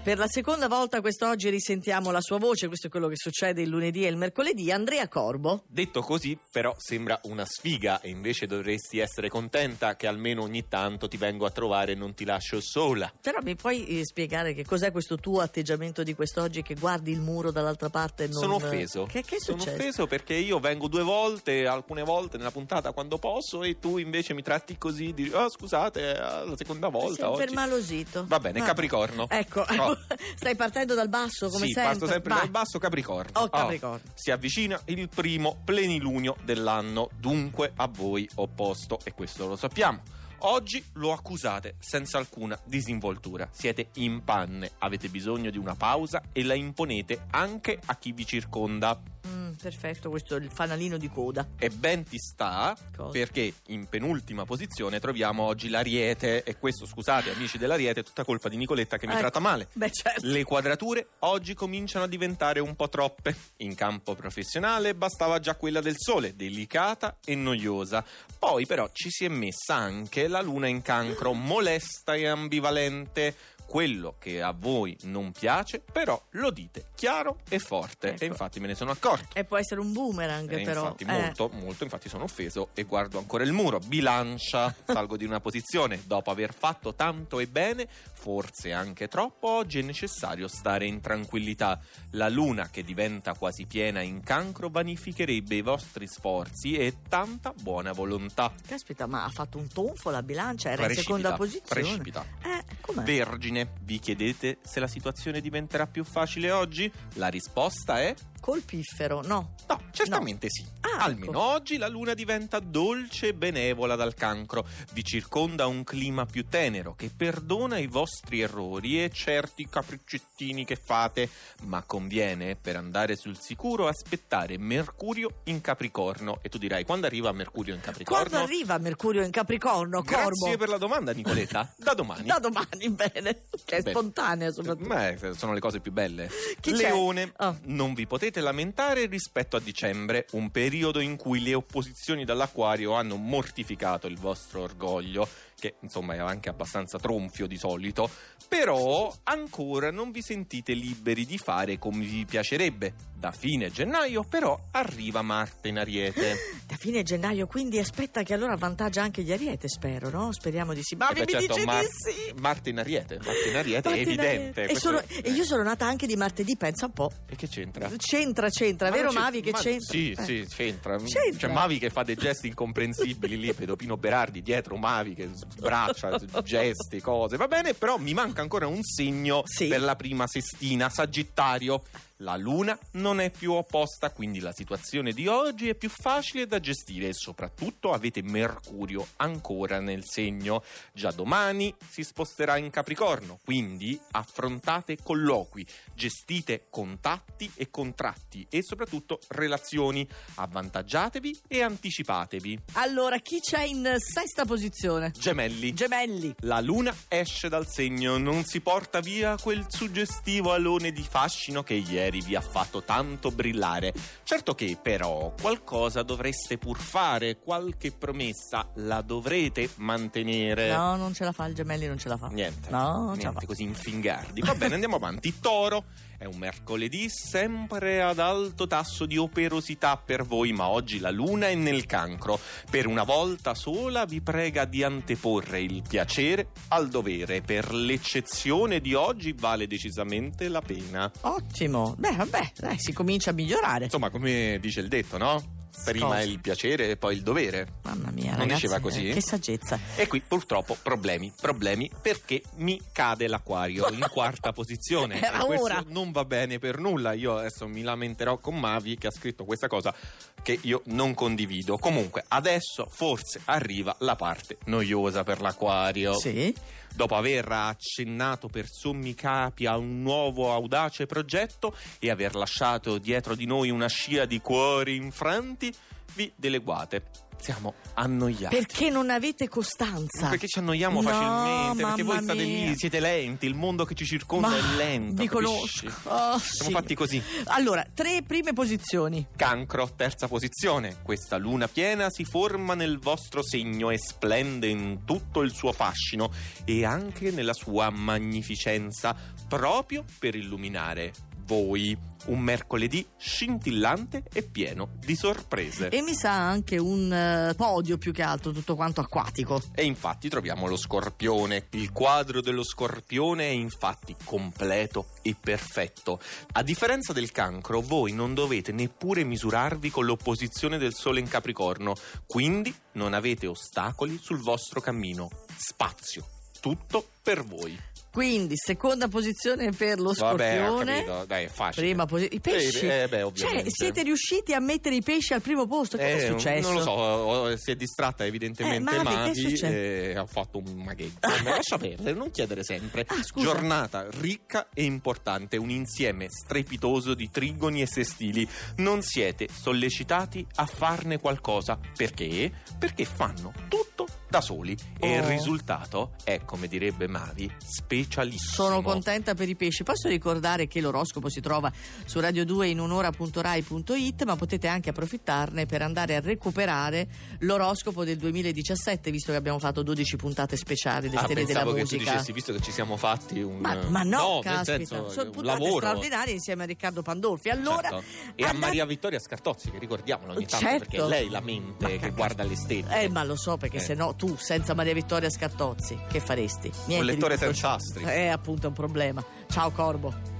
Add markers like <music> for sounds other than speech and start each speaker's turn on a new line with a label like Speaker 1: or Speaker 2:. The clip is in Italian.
Speaker 1: Per la seconda volta quest'oggi risentiamo la sua voce, questo è quello che succede il lunedì e il mercoledì. Andrea Corbo.
Speaker 2: Detto così, però, sembra una sfiga e invece dovresti essere contenta che almeno ogni tanto ti vengo a trovare e non ti lascio sola.
Speaker 1: Però mi puoi eh, spiegare che cos'è questo tuo atteggiamento di quest'oggi che guardi il muro dall'altra parte e non...
Speaker 2: Sono offeso.
Speaker 1: Che, che è
Speaker 2: Sono
Speaker 1: successo?
Speaker 2: offeso perché io vengo due volte, alcune volte nella puntata quando posso e tu invece mi tratti così, dici "Ah, scusate, è la seconda
Speaker 1: Sei
Speaker 2: volta oggi".
Speaker 1: permalosito.
Speaker 2: Va bene,
Speaker 1: Ma-
Speaker 2: Capricorno.
Speaker 1: Ah. Ecco,
Speaker 2: No.
Speaker 1: <laughs> stai partendo dal basso come
Speaker 2: sì,
Speaker 1: sempre.
Speaker 2: parto sempre
Speaker 1: Vai.
Speaker 2: dal basso Capricorno.
Speaker 1: Oh,
Speaker 2: Ah,
Speaker 1: Capricorno.
Speaker 2: si avvicina il primo plenilunio dell'anno, dunque a voi opposto, e questo lo sappiamo. Oggi lo accusate senza alcuna disinvoltura. Siete in panne, avete bisogno di una pausa e la imponete anche a chi vi circonda.
Speaker 1: Mm, perfetto, questo è il fanalino di coda.
Speaker 2: E ben ti sta
Speaker 1: Cosa?
Speaker 2: perché in penultima posizione troviamo oggi l'Ariete. E questo, scusate, amici dell'Ariete, è tutta colpa di Nicoletta che mi
Speaker 1: Ecco.
Speaker 2: tratta male.
Speaker 1: Beh, certo.
Speaker 2: Le quadrature oggi cominciano a diventare un po' troppe. In campo professionale bastava già quella del sole, delicata e noiosa. Poi però ci si è messa anche la luna in cancro, molesta e ambivalente. Quello che a voi non piace, però lo dite chiaro e forte.
Speaker 1: Ecco.
Speaker 2: E infatti me ne sono accorto.
Speaker 1: E può essere un boomerang,
Speaker 2: Eh,
Speaker 1: però.
Speaker 2: Infatti,
Speaker 1: Eh,
Speaker 2: molto, molto, infatti sono offeso e guardo ancora il muro.
Speaker 1: <laughs>
Speaker 2: Bilancia, salgo di una posizione. Dopo aver fatto tanto e bene, forse anche troppo, oggi è necessario stare in tranquillità. La luna, che diventa quasi piena in cancro, vanificherebbe i vostri sforzi e tanta buona volontà.
Speaker 1: eh. Caspita, ma ha fatto un tonfo la bilancia, era in
Speaker 2: Precipita,
Speaker 1: seconda posizione.
Speaker 2: precipita.
Speaker 1: Eh, com'è?
Speaker 2: Vergine, vi chiedete se la situazione diventerà più facile oggi? La risposta è
Speaker 1: Col piffero, no.
Speaker 2: No, certamente sì.
Speaker 1: Ah,
Speaker 2: Almeno
Speaker 1: ecco.
Speaker 2: oggi la luna diventa dolce e benevola dal cancro, vi circonda un clima più tenero che perdona i vostri errori e certi capriccettini che fate, ma conviene per andare sul sicuro aspettare Mercurio in Capricorno e tu dirai quando arriva Mercurio in Capricorno?
Speaker 1: Quando arriva Mercurio in Capricorno,
Speaker 2: Grazie
Speaker 1: Corbo?
Speaker 2: per la domanda Nicoletta, da domani.
Speaker 1: <laughs> Da domani, bene. Cioè,
Speaker 2: Bene.
Speaker 1: spontanea soprattutto.
Speaker 2: Ma eh, sono le cose più belle.
Speaker 1: Chi c'è?
Speaker 2: Leone,
Speaker 1: Oh.
Speaker 2: non vi potete lamentare rispetto a dicembre, un periodo in cui le opposizioni dall'acquario hanno mortificato il vostro orgoglio, che insomma è anche abbastanza tronfio di solito, però ancora non vi sentite liberi di fare come vi piacerebbe. Da fine gennaio però arriva Marte in Ariete.
Speaker 1: Da fine gennaio, quindi aspetta che allora avvantaggia anche gli Ariete, spero, no? Speriamo di sì. <laughs> Ma
Speaker 2: Eh beh,
Speaker 1: mi
Speaker 2: certo,
Speaker 1: dice
Speaker 2: Mar-
Speaker 1: di sì.
Speaker 2: Marte in Ariete, Marte in Ariete
Speaker 1: Martina
Speaker 2: è evidente.
Speaker 1: Ariete. E,
Speaker 2: questo- eh.
Speaker 1: sono- e io sono nata anche di martedì, pensa un po'.
Speaker 2: E che c'entra?
Speaker 1: C'entra, c'entra,
Speaker 2: Ma
Speaker 1: vero
Speaker 2: non c'è-
Speaker 1: Mavi che
Speaker 2: ma-
Speaker 1: c'entra?
Speaker 2: Sì,
Speaker 1: Eh.
Speaker 2: sì, c'entra.
Speaker 1: C'entra.
Speaker 2: Cioè, Mavi che fa dei gesti incomprensibili lì, <laughs> vedo Pino Berardi dietro, Mavi che sbraccia,
Speaker 1: <laughs>
Speaker 2: gesti, cose. Va bene, però mi manca ancora un segno
Speaker 1: Sì.
Speaker 2: per la prima sestina, Sagittario. La luna non è più opposta, quindi la situazione di oggi è più facile da gestire e soprattutto avete Mercurio ancora nel segno. Già domani si sposterà in Capricorno, quindi affrontate colloqui, gestite contatti e contratti e soprattutto relazioni, avvantaggiatevi e anticipatevi.
Speaker 1: Allora, chi c'è in sesta posizione?
Speaker 2: Gemelli.
Speaker 1: Gemelli.
Speaker 2: La luna esce dal segno, non si porta via quel suggestivo alone di fascino che ieri vi ha fatto tanto brillare. Certo che però qualcosa dovreste pur fare, qualche promessa la dovrete mantenere.
Speaker 1: No, non ce la fa, il Gemelli non ce la fa.
Speaker 2: Eh. Niente,
Speaker 1: No, non ce la
Speaker 2: niente
Speaker 1: fa.
Speaker 2: così infingardi. Va bene, andiamo avanti. Toro è un mercoledì sempre ad alto tasso di operosità per voi, ma oggi la luna è nel cancro. Per una volta sola vi prega di anteporre il piacere al dovere. Per l'eccezione di oggi vale decisamente la pena.
Speaker 1: Eh. Ottimo. Beh, vabbè, dai, si comincia a migliorare.
Speaker 2: Insomma, come dice il detto, no? Prima
Speaker 1: Cosa?
Speaker 2: il piacere e poi il dovere.
Speaker 1: Mamma mia,
Speaker 2: Non
Speaker 1: ragazzi,
Speaker 2: diceva così?
Speaker 1: eh, Che saggezza.
Speaker 2: E qui purtroppo problemi, problemi perché mi cade l'acquario in quarta posizione.
Speaker 1: Era
Speaker 2: E questo
Speaker 1: ora.
Speaker 2: non va bene per nulla. Io adesso mi lamenterò con Mavi che ha scritto questa cosa che io non condivido. Comunque, adesso forse arriva la parte noiosa per l'acquario.
Speaker 1: Sì.
Speaker 2: Dopo aver accennato per sommi capi a un nuovo audace progetto e aver lasciato dietro di noi una scia di cuori infranti, vi deleguate. siamo annoiati.
Speaker 1: Perché non avete costanza?
Speaker 2: Perché ci annoiamo
Speaker 1: No,
Speaker 2: facilmente, perché voi
Speaker 1: mamma
Speaker 2: state
Speaker 1: mia.
Speaker 2: lì, siete lenti, il mondo che ci circonda
Speaker 1: Ma
Speaker 2: è lento.
Speaker 1: vi
Speaker 2: capisci?
Speaker 1: conosco. Oh,
Speaker 2: Siamo
Speaker 1: sì.
Speaker 2: fatti così.
Speaker 1: Allora, tre prime posizioni.
Speaker 2: Cancro, terza posizione. Questa luna piena si forma nel vostro segno e splende in tutto il suo fascino e anche nella sua magnificenza, proprio per illuminare voi. Un mercoledì scintillante e pieno di sorprese.
Speaker 1: E mi sa anche un eh, podio più che altro, tutto quanto acquatico.
Speaker 2: E infatti troviamo lo scorpione. Il quadro dello scorpione è infatti completo e perfetto. A differenza del cancro, voi non dovete neppure misurarvi con l'opposizione del sole in capricorno, quindi non avete ostacoli sul vostro cammino. Spazio. Tutto per voi.
Speaker 1: Quindi, seconda posizione per lo
Speaker 2: Vabbè, ho
Speaker 1: scorpione.
Speaker 2: capito. Dai, è facile.
Speaker 1: Prima posizione. I pesci.
Speaker 2: Eh, eh, beh,
Speaker 1: cioè,
Speaker 2: ovviamente.
Speaker 1: siete riusciti a mettere i pesci al primo posto? Che
Speaker 2: Eh,
Speaker 1: è successo?
Speaker 2: Non lo so, oh, si è distratta
Speaker 1: Eh,
Speaker 2: evidentemente
Speaker 1: Mavi, che è
Speaker 2: Mavi
Speaker 1: successo?
Speaker 2: e ha fatto
Speaker 1: <laughs>
Speaker 2: un maghetto. Ma lascia perdere, non chiedere sempre.
Speaker 1: Ah, scusa.
Speaker 2: Giornata ricca e importante, un insieme strepitoso di trigoni e sestili. Non siete sollecitati a farne qualcosa. Perché? Perché fanno tutto da soli. E il
Speaker 1: Oh.
Speaker 2: risultato è, come direbbe Mavi, specialissimo.
Speaker 1: Sono contenta per i pesci. Posso ricordare che l'oroscopo si trova su radio2 in un'ora.rai.it, ma potete anche approfittarne per andare a recuperare l'oroscopo del 2017, visto che abbiamo fatto 12 puntate speciali le
Speaker 2: Ah,
Speaker 1: stelle della
Speaker 2: pensavo che tu
Speaker 1: musica.
Speaker 2: dicessi, visto che ci siamo fatti un
Speaker 1: ma, ma no,
Speaker 2: nel
Speaker 1: caspita,
Speaker 2: senso, eh,
Speaker 1: sono
Speaker 2: un
Speaker 1: puntate
Speaker 2: lavoro.
Speaker 1: straordinarie insieme a Riccardo Pandolfi. Allora,
Speaker 2: Certo. E a
Speaker 1: andate-
Speaker 2: Maria Vittoria Scartozzi, che ricordiamolo ogni tanto,
Speaker 1: Certo.
Speaker 2: perché è lei la mente
Speaker 1: Ma
Speaker 2: che
Speaker 1: cacca-
Speaker 2: guarda le stelle.
Speaker 1: Eh, ma lo so perché
Speaker 2: Eh.
Speaker 1: se no tu senza Maria Vittoria Scartozzi, che faresti? Niente
Speaker 2: un
Speaker 1: di
Speaker 2: lettore
Speaker 1: tutto
Speaker 2: senza astri.
Speaker 1: ciò. Eh, appunto, è un problema. Ciao Corbo.